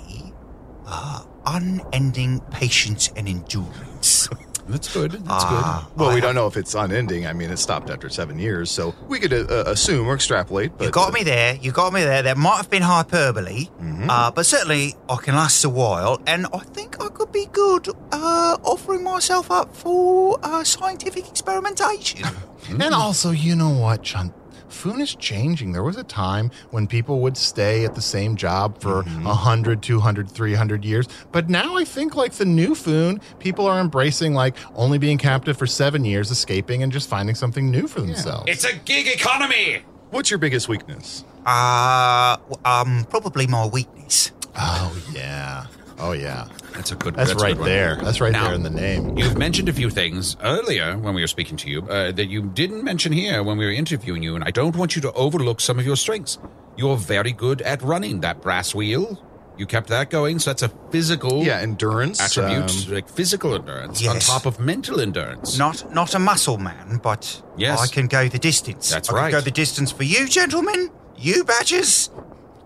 S6: uh, unending patience and endurance.
S5: That's good. That's
S3: Ah,
S5: good.
S4: Well, we don't know if it's unending. I mean, it stopped after seven years, so we could uh, uh, assume or extrapolate. But
S6: you
S5: uh,
S6: got me there. You got me there. That might have been hyperbole,
S5: Mm-hmm.
S6: uh, but certainly I can last a while, and I think I could be good uh, offering myself up for uh, scientific
S5: (laughs)
S6: experimentation.
S4: Hmm.
S3: And also, you know what, Chunt? Foon is changing. There was a time when people would stay at the same job for a
S4: Mm-hmm.
S3: hundred, two hundred, three hundred 100, 200, 300 years. But now I think, like the new Foon, people are embracing like only being captive for seven years, escaping, and just finding something new for themselves.
S5: It's a gig economy.
S4: What's your biggest weakness?
S6: uh, w- um, probably my weakness.
S3: oh, yeah. Oh, yeah.
S5: That's a good.
S3: That's,
S5: a
S3: right
S5: good one.
S3: there. That's right
S5: Now-
S3: there in the name.
S5: You've mentioned a few things earlier when we were speaking to you uh, that you didn't mention here when we were interviewing you, and I don't want you to overlook some of your strengths. You're very good at running that brass wheel. You kept that going, so that's a physical
S4: Yeah, endurance.
S5: attribute,
S4: um,
S5: like physical endurance, on
S6: Yes.
S5: top of mental endurance.
S6: Not not a muscle man, but
S5: Yes.
S6: I can go the distance.
S5: That's
S6: I can
S5: right.
S6: go the distance for you, gentlemen, you badgers,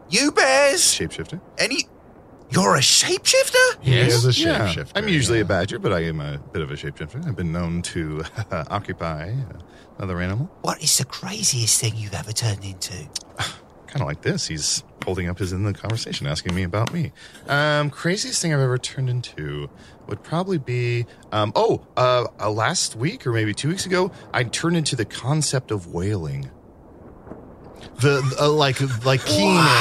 S6: you bears,
S4: shapeshifter.
S6: any. You're a shapeshifter?
S3: He
S5: Yes.
S3: is a
S4: Yeah.
S3: shapeshifter.
S4: I'm usually
S3: yeah.
S4: a badger, but I am a bit of a shapeshifter. I've been known to (laughs) occupy uh, another animal.
S6: What is the craziest thing you've ever turned into?
S4: Kind of like this. He's holding up his end of the conversation, asking me about me. Um, craziest thing I've ever turned into would probably be um, oh, uh, uh, last week or maybe two weeks ago, I turned into the concept of whaling.
S3: the uh, like like keening.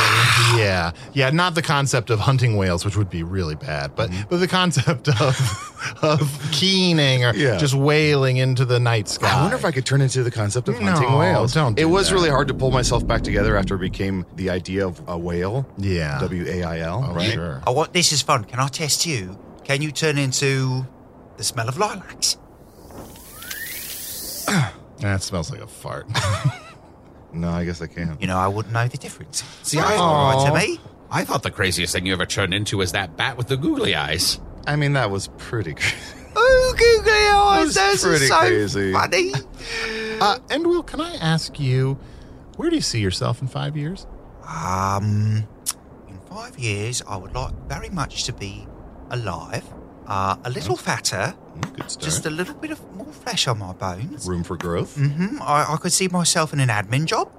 S3: Yeah, yeah. Not the concept of hunting whales, which would be really bad, but
S4: Mm-hmm.
S3: but the concept of (laughs) of keening or
S4: Yeah.
S3: just whaling into the night sky.
S4: I wonder if I could turn into the concept of hunting
S3: No,
S4: whales.
S3: don't do
S4: it was
S3: that.
S4: really hard to pull myself back together after it became the idea of a whale.
S3: Yeah.
S4: W A I L.
S3: Oh,
S4: right?
S3: sure.
S6: Oh, what? This is fun. Can I test you? Can you turn into the smell of lilacs?
S3: That smells like a fart.
S4: No, I guess I can.
S6: You know, I wouldn't know the difference.
S5: See, I-
S6: all right to me.
S5: I thought the craziest thing you ever turned into was that bat with the googly eyes.
S4: I mean, that was pretty. (laughs) cra-
S6: Ooh, Oh, googly eyes.
S4: That was
S6: Those are
S4: pretty
S6: so
S4: crazy.
S6: funny.
S3: uh, and Will, can I ask you, where do you see yourself in five years?
S6: Um, in five years, I would like very much to be alive, uh, a little fatter,
S4: Mm, Good start.
S6: just a little bit of more flesh on my bones.
S4: room for growth.
S6: hmm I, I could see myself in an admin job,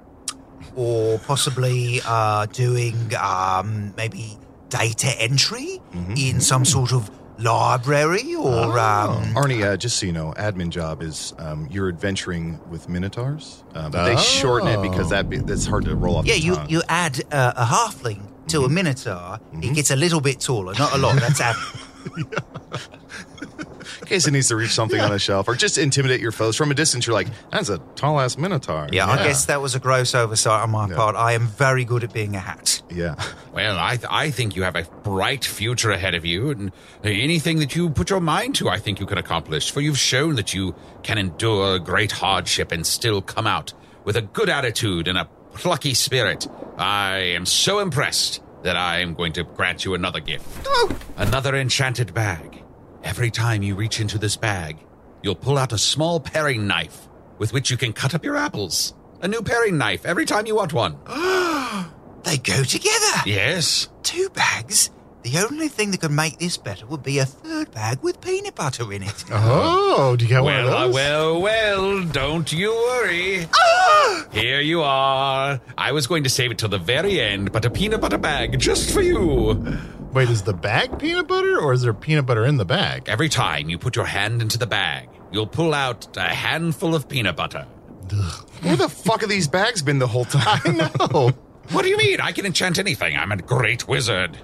S6: or possibly uh, doing um, maybe data entry in some sort of library or. Um,
S4: Arnie, uh, just so you know, admin job is um, you're adventuring with minotaurs. Uh, but They shorten it because that be, that's hard to roll off.
S6: yeah,
S4: the
S6: you,
S4: tongue.
S6: you add uh, Mm-hmm. a halfling to a minotaur, it gets a little bit taller, not a lot. (laughs) That's admin.
S4: in case it needs to reach something on a shelf or just intimidate your foes from a distance. You're like, that's a tall ass minotaur.
S6: Yeah, I guess that was a gross oversight on my part. I am very good at being a hat.
S4: Yeah.
S5: Well, I, th- I think you have a bright future ahead of you, and anything that you put your mind to, I think you can accomplish, for you've shown that you can endure great hardship and still come out with a good attitude and a plucky spirit. I am so impressed that I am going to grant you another gift another enchanted bag. Every time you reach into this bag, you'll pull out a small paring knife with which you can cut up your apples. A new paring knife every time you want one. (gasps)
S6: They go together.
S5: Yes.
S6: Two bags. The only thing that could make this better would be a third bag with peanut butter in (laughs) it.
S4: Uh-huh.
S3: Oh, do you get one
S5: Well,
S3: of
S5: uh,
S3: those?
S5: well, well, don't you worry. Here you are. I was going to save it till the very end, but a peanut butter bag just for you.
S3: Wait, is the bag peanut butter or is there peanut butter in the bag?
S5: Every time you put your hand into the bag, you'll pull out a handful of peanut butter.
S4: Where the fuck have these bags been the whole time? (laughs) I know.
S5: What do you mean? I can enchant anything. I'm a great wizard.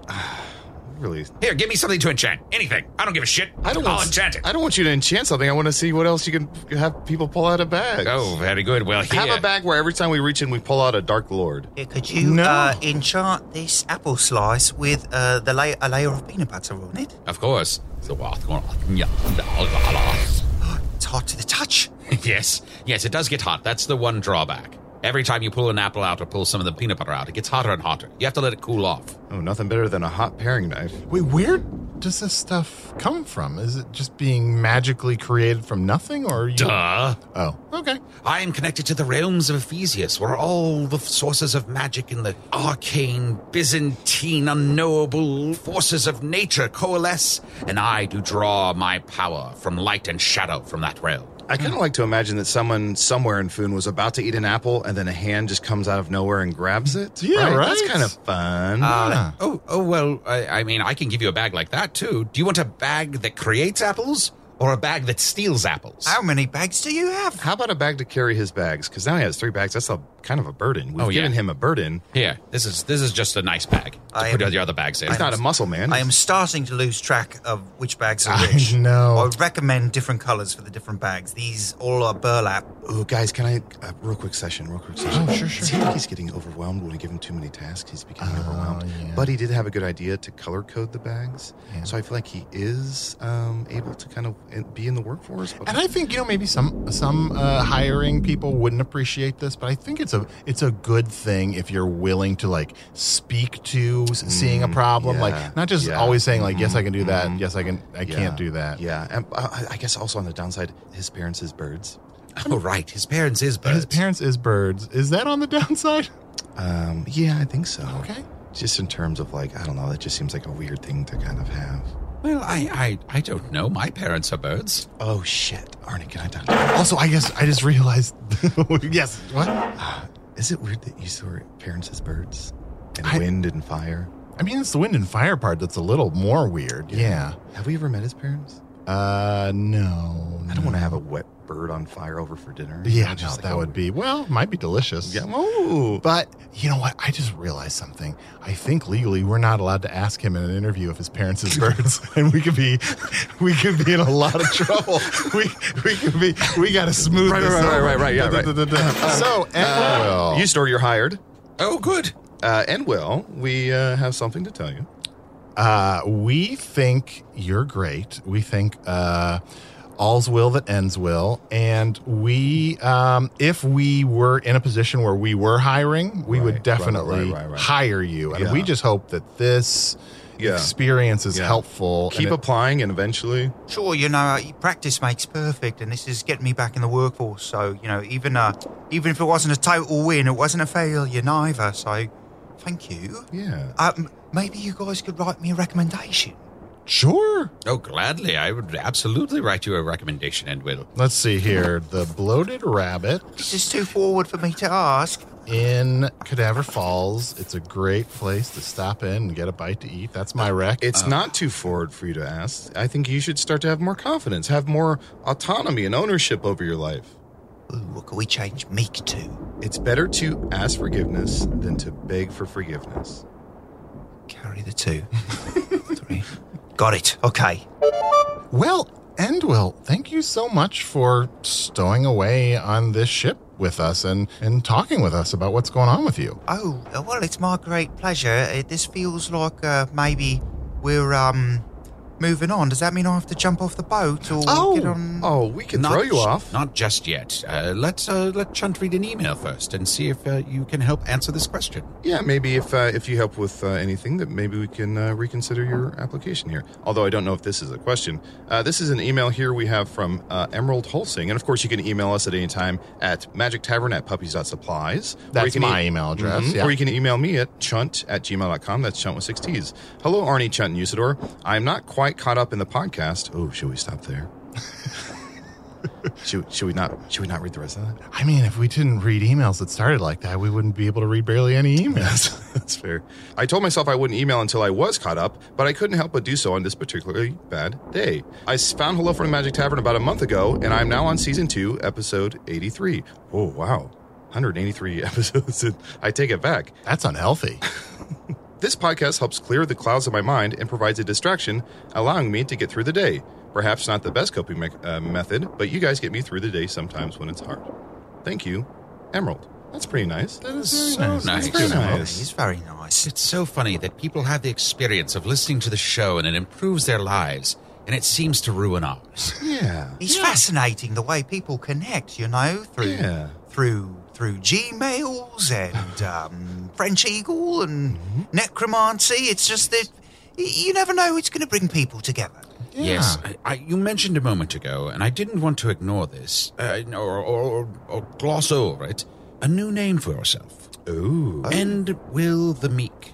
S4: really.
S5: Here, give me something to enchant. Anything. I don't give a shit.
S4: I don't
S5: I'll
S4: want,
S5: enchant it.
S4: I don't want you to enchant something. I want to see what else you can have people pull out of bags.
S5: Oh, very good. Well, here.
S4: Have a bag where every time we reach in, we pull out a Dark Lord.
S6: Yeah, could you
S3: No.
S6: uh, enchant this apple slice with uh, the la- a layer of peanut butter on it? (gasps)
S5: Of course. So,
S6: It's hot to the touch.
S5: (laughs) Yes, yes, it does get hot. That's the one drawback. Every time you pull an apple out or pull some of the peanut butter out, it gets hotter and hotter. You have to let it cool off.
S4: Oh, nothing better than a hot paring knife.
S3: Wait, where does this stuff come from? Is it just being magically created from nothing, or you?
S5: Duh.
S3: Oh, okay.
S5: I am connected to the realms of Ephesius, where all the sources of magic and the arcane, Byzantine, unknowable forces of nature coalesce, and I do draw my power from light and shadow from that realm.
S4: I kind of like to imagine that someone somewhere in Foon was about to eat an apple, and then a hand just comes out of nowhere and grabs it.
S3: Yeah, right?
S4: That's kind of fun.
S5: Oh, oh well. I, I mean, I can give you a bag like that too. Do you want a bag that creates apples or a bag that steals apples?
S6: How many bags do you have?
S4: How about a bag to carry his bags? Because now he has three bags. That's a kind of a burden. We've
S5: Oh, yeah.
S4: given him a burden.
S5: Here, this is this is just a nice bag to
S6: I
S5: put
S6: am-
S5: the other bags in.
S4: He's not a muscle man.
S6: I am starting to lose track of which bags are which.
S3: know.
S6: I recommend different colors for the different bags. These all are burlap.
S4: Ooh, guys, can I uh, real quick session? Real quick session. sure, sure. See, he's getting overwhelmed when we give him too many tasks. He's becoming overwhelmed. But he did have a good idea to color code the bags, so I feel like he is um, able to kind of uh, be in the workforce.
S3: And I think you know maybe some some uh, hiring people wouldn't appreciate this, but I think it's a it's a good thing if you're willing to like speak to s- seeing a problem,
S4: Mm, yeah,
S3: like not just
S4: yeah. Mm-hmm,
S3: always saying like yes I can do that, yes I can I
S4: Yeah.
S3: can't do that.
S4: Yeah, and uh, I- I guess also on the downside, his parents is birds.
S5: oh, right. His parents is
S3: But
S5: birds.
S3: his parents is birds. Is that on the (laughs) downside?
S4: Um, yeah, I think so.
S3: Okay.
S4: Just in terms of like, I don't know, that just seems like a weird thing to kind of have.
S5: Well, I, I I don't know. My parents are birds.
S4: Oh shit, Arnie, can I talk?
S3: Also, I guess I just realized. (laughs) yes, what?
S4: Is it weird that you saw your parents as birds and
S3: I-
S4: wind and fire?
S3: I mean, it's the wind and fire part that's a little more weird. Yeah.
S4: Have we ever met his parents?
S3: Uh, no.
S4: I don't want to have a wet bird on fire over for dinner.
S3: Yeah,
S4: I'm
S3: no,
S4: just like,
S3: that
S4: oh,
S3: would be well, might be delicious.
S4: Yeah. (laughs) Oh.
S3: But you know what? I just realized something. I think legally we're not allowed to ask him in an interview if his parents is birds, (laughs) and we could be, we could be in a lot of trouble. we we could be. We got to smooth
S4: Right,
S3: this
S4: right, right,
S3: over.
S4: right, right, yeah, right. (laughs)
S3: right. So, Enwell.
S4: You store, you're hired.
S5: Oh, good.
S4: Uh, and well, we uh, have something to tell you.
S3: Uh, we think you're great. We think uh, all's will that ends will. And we, um, if we were in a position where we were hiring, we
S4: Right,
S3: would
S4: right, right,
S3: definitely
S4: right, right, right.
S3: hire you. And
S4: Yeah.
S3: we just hope that this
S4: Yeah.
S3: experience is
S4: Yeah.
S3: helpful.
S4: Keep
S3: and it-
S4: applying, and eventually,
S6: Sure, you know, uh, practice makes perfect, and this is getting me back in the workforce. So, you know, even uh, even if it wasn't a total win, it wasn't a failure neither. So, thank you.
S4: yeah.
S6: Uh, m- maybe you guys could write me a recommendation.
S3: Sure.
S5: Oh, gladly. I would absolutely write you a recommendation, and will.
S3: Let's see here. The bloated rabbit
S6: This is too forward for me to ask.
S3: in Cadaver Falls. It's a great place to stop in and get a bite to eat. That's my rec. Uh,
S4: It's not too forward for you to ask. I think you should start to have more confidence, have more autonomy and ownership over your life.
S6: Ooh, what can we change meek to?
S4: It's better to ask forgiveness than to beg for forgiveness.
S6: Carry the two. Three. Got it. Okay.
S3: Well, Endwell, thank you so much for stowing away on this ship with us and, and talking with us about what's going on with you.
S6: Oh, uh, well, it's my great pleasure. Uh, this feels like uh, maybe we're um moving on. Does that mean I have to jump off the boat or get on?
S4: oh, we can
S5: Not
S4: throw you
S5: j-
S4: off.
S5: Not just yet. Uh, let's uh, let Chunt read an email first and see if uh, you can help answer this question.
S4: Yeah, maybe if uh, if you help with uh, anything, that maybe we can uh, reconsider your application here. Although I don't know if this is a question. Uh, this is an email here we have from uh, Emerald Holsing, and of course you can email us at any time at Magic Tavern at puppies.supplies.
S3: That's my email address,
S4: Mhm.
S3: yeah.
S4: Or you can email me at chunt at gmail.com. That's chunt with six T's. Hello, Arnie, Chunt, and Usador. I am not quite caught up in the podcast. Oh, should we
S3: (laughs)
S4: stop there? should, should we not? Should we not read the rest of that?
S3: I mean, if we didn't read emails that started like that, we wouldn't be able to read barely any
S4: (laughs)
S3: emails.
S4: That's fair. I told myself I wouldn't email until I was caught up, but I couldn't help but do so on this particularly bad day. I s- found Hello from the Magic Tavern about a month ago, and I'm now on season two, episode 83. Oh, wow. 183 (laughs) episodes. in. I take it back.
S3: That's unhealthy.
S4: This podcast helps clear the clouds of my mind and provides a distraction, allowing me to get through the day. Perhaps not the best coping me- uh, method, but you guys get me through the day sometimes when it's hard. Thank you, Emerald. That's pretty nice. That is very
S5: nice.
S4: That's very
S5: Nice.
S4: nice.
S6: It's very nice.
S5: It's so funny that people have the experience of listening to the show and it improves their lives, and it seems to ruin ours.
S4: Yeah.
S6: It's fascinating the way people connect, you know, through
S4: Yeah.
S6: through through
S4: (sighs)
S6: Gmails and um, French Eagle and
S4: Mm-hmm.
S6: necromancy. It's just that y- you never know it's going to bring people together.
S5: Yes, I, I, you mentioned a moment ago, and I didn't want to ignore this uh, or, or, or gloss over it. A new name for yourself. Ooh. And Will the Meek.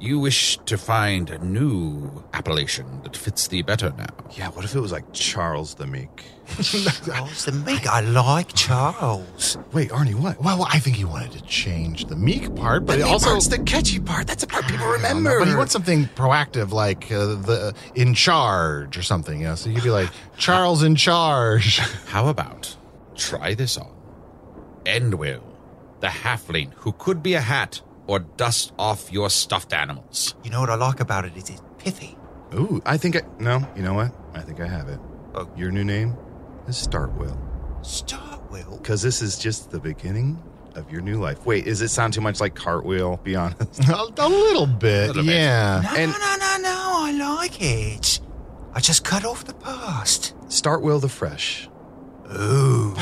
S5: You wish to find a new appellation that fits thee better now.
S4: Yeah, what if it was like Charles
S3: (laughs)
S4: the Meek?
S6: Charles the Meg, I like Charles.
S4: Wait, Arnie, what?
S3: Well, well, I think he wanted to change the meek part, but
S4: But
S3: it also.
S4: part's the catchy part. That's the part people
S3: I don't know,
S4: remember.
S3: But he wants something proactive, like uh, the in charge or something. You know? So you'd be
S4: (laughs)
S3: like Charles in charge.
S5: How about try this on? Endwill, the halfling who could be a hat or dust off your stuffed animals.
S6: You know what I like about it is it's pithy.
S4: Ooh, I think I. No, you know what? I think I have it.
S3: Oh.
S4: Your new name is Startwell.
S6: Start will.
S4: Because this is just the beginning of your new life. Wait, is it sound too much like Cartwheel? Be honest.
S3: a, a little bit,
S5: Little bit.
S3: yeah.
S6: No,
S4: and-
S6: no, no, no, I like it. I just cut off the past.
S4: Startwell the Fresh. (laughs)
S6: Ooh.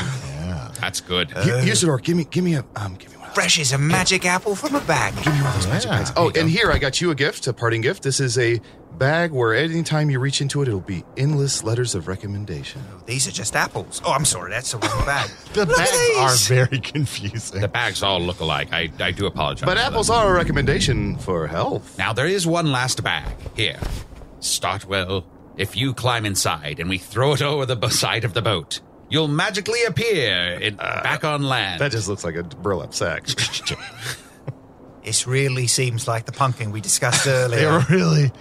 S5: That's good.
S4: U-
S3: Uh.
S4: Usador, give me, give me a, um, give me one. of those.
S6: Fresh as a magic apple from a bag.
S3: Yeah.
S4: Oh, and here I got you a gift, a parting gift. This is a bag where anytime you reach into it, it'll be endless letters of recommendation.
S6: These are just apples. Oh, I'm sorry, that's the wrong bag.
S3: The
S6: Look at
S3: bags are
S6: these.
S3: very confusing.
S5: The bags all look alike. I, I do apologize.
S4: But
S5: for
S4: apples
S5: that.
S4: are a recommendation for health.
S5: Now, there is one last bag. Here. Startwell, if you climb inside and we throw it over the bo- side of the boat, you'll magically appear in, back on land.
S4: That just looks like a burlap (laughs) sack.
S6: This really seems like the pumpkin we discussed
S3: It
S6: earlier.
S3: really,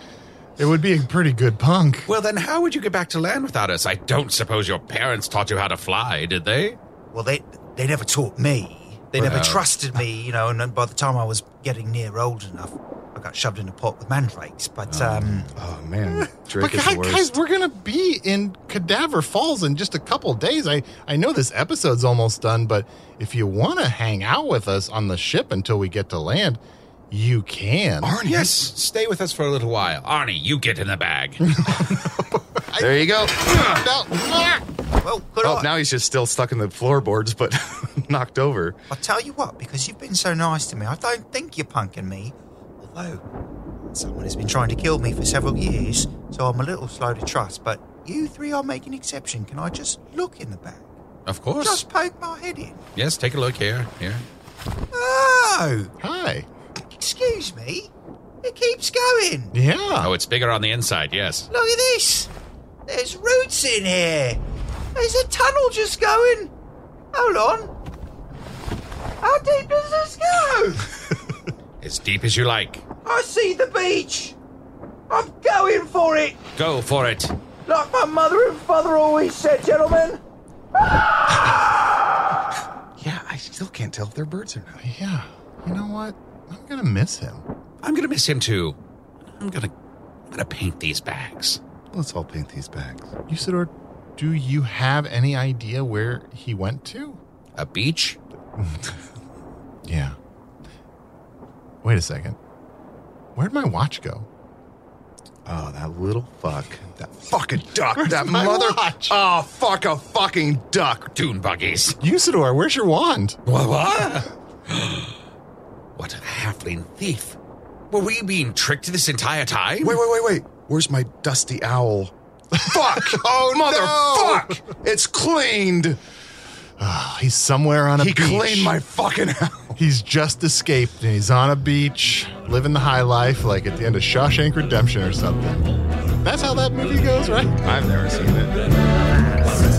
S3: It would be a pretty good punk.
S5: Well, then how would you get back to land without us? I don't suppose your parents taught you how to fly, did they?
S6: Well, they they never taught me. They never trusted me, you know. And then by the time I was getting near old enough, I got shoved in a pot with mandrakes. But um,
S4: Oh man,
S3: But
S4: Drake is
S3: guys,
S4: the
S3: guys,
S4: worst.
S3: we're gonna be in Cadaver Falls in just a couple days. I I know this episode's almost done, but if you want to hang out with us on the ship until we get to land, you can.
S5: Arnie. Yes, stay with us for a little while. Arnie, you get in the bag.
S4: There you
S3: No,
S4: go.
S3: ah!
S6: well, could
S4: Oh,
S6: I?
S4: now he's just still stuck in the floorboards, but (laughs) knocked over.
S6: I tell you what, because you've been so nice to me, I don't think you're punking me. Although someone has been trying to kill me for several years, so I'm a little slow to trust. But you three are making exception. Can I just look in the bag?
S5: of course.
S6: Just poke my head in.
S5: Yes, take a look here. Here.
S6: Oh,
S3: Hi.
S6: excuse me. It keeps going.
S3: Yeah.
S5: Oh, it's bigger on the inside, yes.
S6: Look at this. There's roots in here. There's a tunnel just going. Hold on. How deep does this go?
S5: As deep as you like.
S6: I see the beach. I'm going for it.
S5: Go for it.
S6: Like my mother and father always said, gentlemen.
S4: Yeah, I still can't tell if they're birds or not.
S3: Yeah. You know what? I'm gonna miss him.
S5: I'm gonna miss him too. I'm gonna I'm gonna paint these bags.
S4: Let's all paint these bags.
S3: Usador, do you have any idea where he went to?
S5: A beach?
S3: Yeah. Wait a second. Where'd my watch go?
S4: Oh, that little fuck. (laughs) That fucking duck.
S3: Where's
S4: that
S3: my
S4: mother.
S3: watch?
S4: Oh, fuck a fucking duck.
S5: Dune buggies.
S3: Usador, where's your wand?
S5: What? What, (gasps) what a halfling thief. Were we being tricked this entire time?
S4: Wait, wait, wait, wait. Where's my dusty owl? (laughs) Fuck! oh, motherfuck! It's cleaned.
S3: Oh, he's somewhere on a
S4: He
S3: beach.
S4: cleaned my fucking owl.
S3: He's just escaped and he's on a beach, living the high life, like at the end of Shawshank Redemption or something. That's how that movie goes, right?
S4: I've never seen it.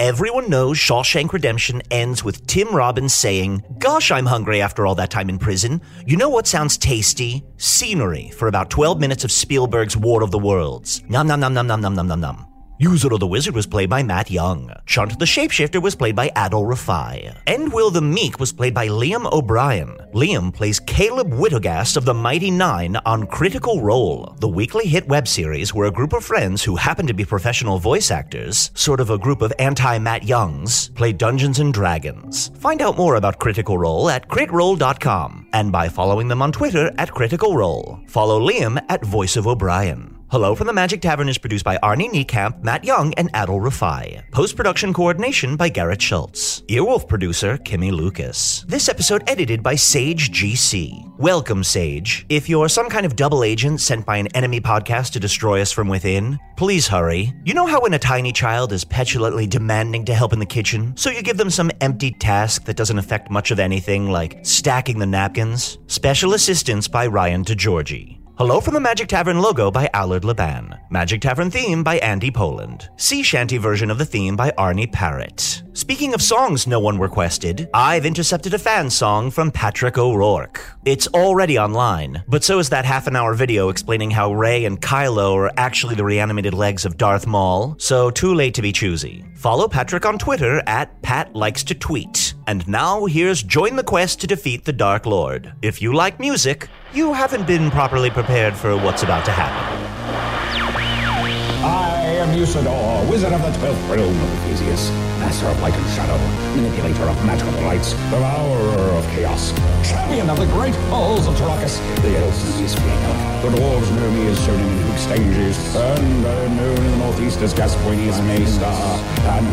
S2: Everyone knows Shawshank Redemption ends with Tim Robbins saying, Gosh, I'm hungry after all that time in prison. You know what sounds tasty? Scenery for about 12 minutes of Spielberg's War of the Worlds. Nom nom nom nom nom nom nom nom nom. Yuzuru the Wizard was played by Matt Young. Chunt the Shapeshifter was played by Adol Rafai. And Will the Meek was played by Liam O'Brien. Liam plays Caleb Wittogast of the Mighty Nine on Critical Role, the weekly hit web series where a group of friends who happen to be professional voice actors, sort of a group of anti Matt Youngs, play Dungeons and Dragons. Find out more about Critical Role at critroll.com and by following them on Twitter at Critical Role. Follow Liam at Voice of O'Brien. Hello from the Magic Tavern is produced by Arnie Niekamp, Matt Young, and Adol Rafai. Post production coordination by Garrett Schultz. Earwolf producer Kimmy Lucas. This episode edited by Sage GC. Welcome, Sage. If you're some kind of double agent sent by an enemy podcast to destroy us from within, please hurry. You know how when a tiny child is petulantly demanding to help in the kitchen, so you give them some empty task that doesn't affect much of anything, like stacking the napkins? Special assistance by Ryan DeGiorgi. Hello from the Magic Tavern logo by Allard Laban. Magic Tavern theme by Andy Poland. Sea shanty version of the theme by Arnie Parrott. Speaking of songs no one requested, I've intercepted a fan song from Patrick O'Rourke. It's already online, but so is that half an hour video explaining how Rey and Kylo are actually the reanimated legs of Darth Maul, so too late to be choosy. Follow Patrick on Twitter at Pat Likes to Tweet. And now here's Join the Quest to Defeat the Dark Lord. If you like music, you haven't been properly prepared for what's about to happen.
S7: I am Usador, wizard of the twelfth realm of Ephesius, master of light and shadow, manipulator of magical lights, devourer of chaos, champion of the great halls of Tarakas, the elves is Fianna. The dwarves know me as Shonen in Hookstanges, and better known in the northeast as Gaspoinius Maystar, and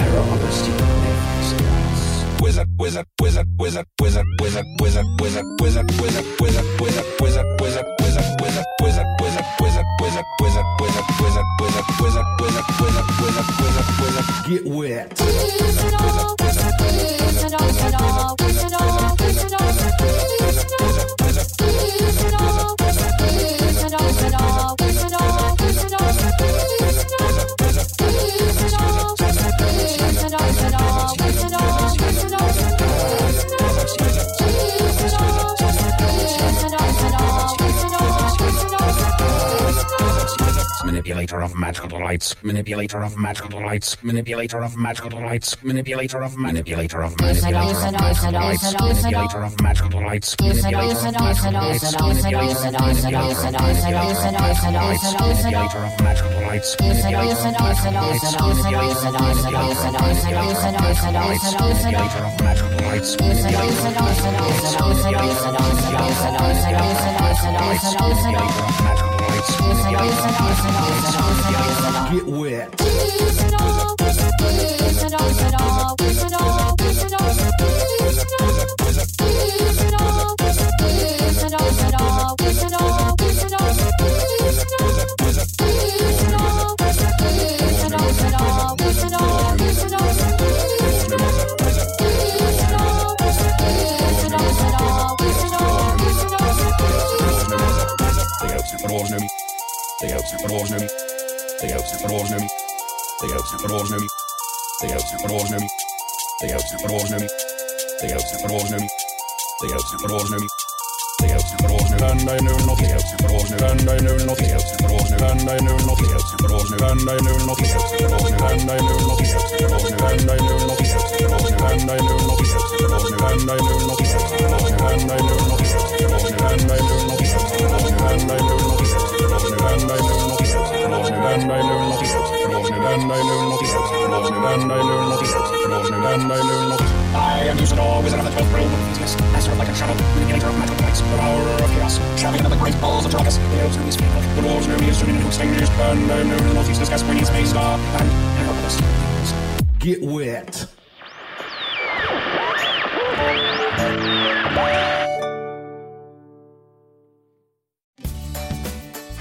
S7: Aeroposty Wizard, wizard, wizard, wizard, wizard, wizard, wizard, wizard, wizard, wizard, wizard, wizard, wizard, wizard, wizard, wizard, wizard, wizard, wizard, wizard, wizard, wizard, wizard, wizard, wizard, wizard, wizard, wizard, wizard, wizard, get wet.
S8: Wizard, manipulator of magical delights, manipulator of magical delights, manipulator of magical delights, manipulator of manipulator of manipulator of magical delights, manipulator of magical delights, manipulator of magical delights, manipulator of manipulator of manipulator of magical delights, manipulator of magical delights, manipulator of manipulator of manipulator of magical delights, manipulator of magical delights, manipulator of magical delights, manipulator of Get wet. And I know nothing else in Rosner, and I know nothing else in Rosner, and I know nothing else in Rosner, and I know nothing else in Rosner, and I know nothing else in Rosner, and I know nothing else in Rosner, and I know nothing else in Rosner, and I know nothing else in Rosner, and I know nothing else in Rosner, and I know nothing else in Rosner, and I know nothing else in Rosner, and I know nothing else in Rosner, and I know nothing else in Rosner, and I know nothing else in Rosner, and I know nothing else in Rosner, and I know nothing. I am Usador, wizard of the twelfth realm of Theseus, master of light and shadow, manipulator of magical lights, devourer of chaos, champion of the great balls of Drakus, the elves in his people, the dwarves know me as soon as extinguished, and I know not his disgust when he space star, and Hercules. Get wet.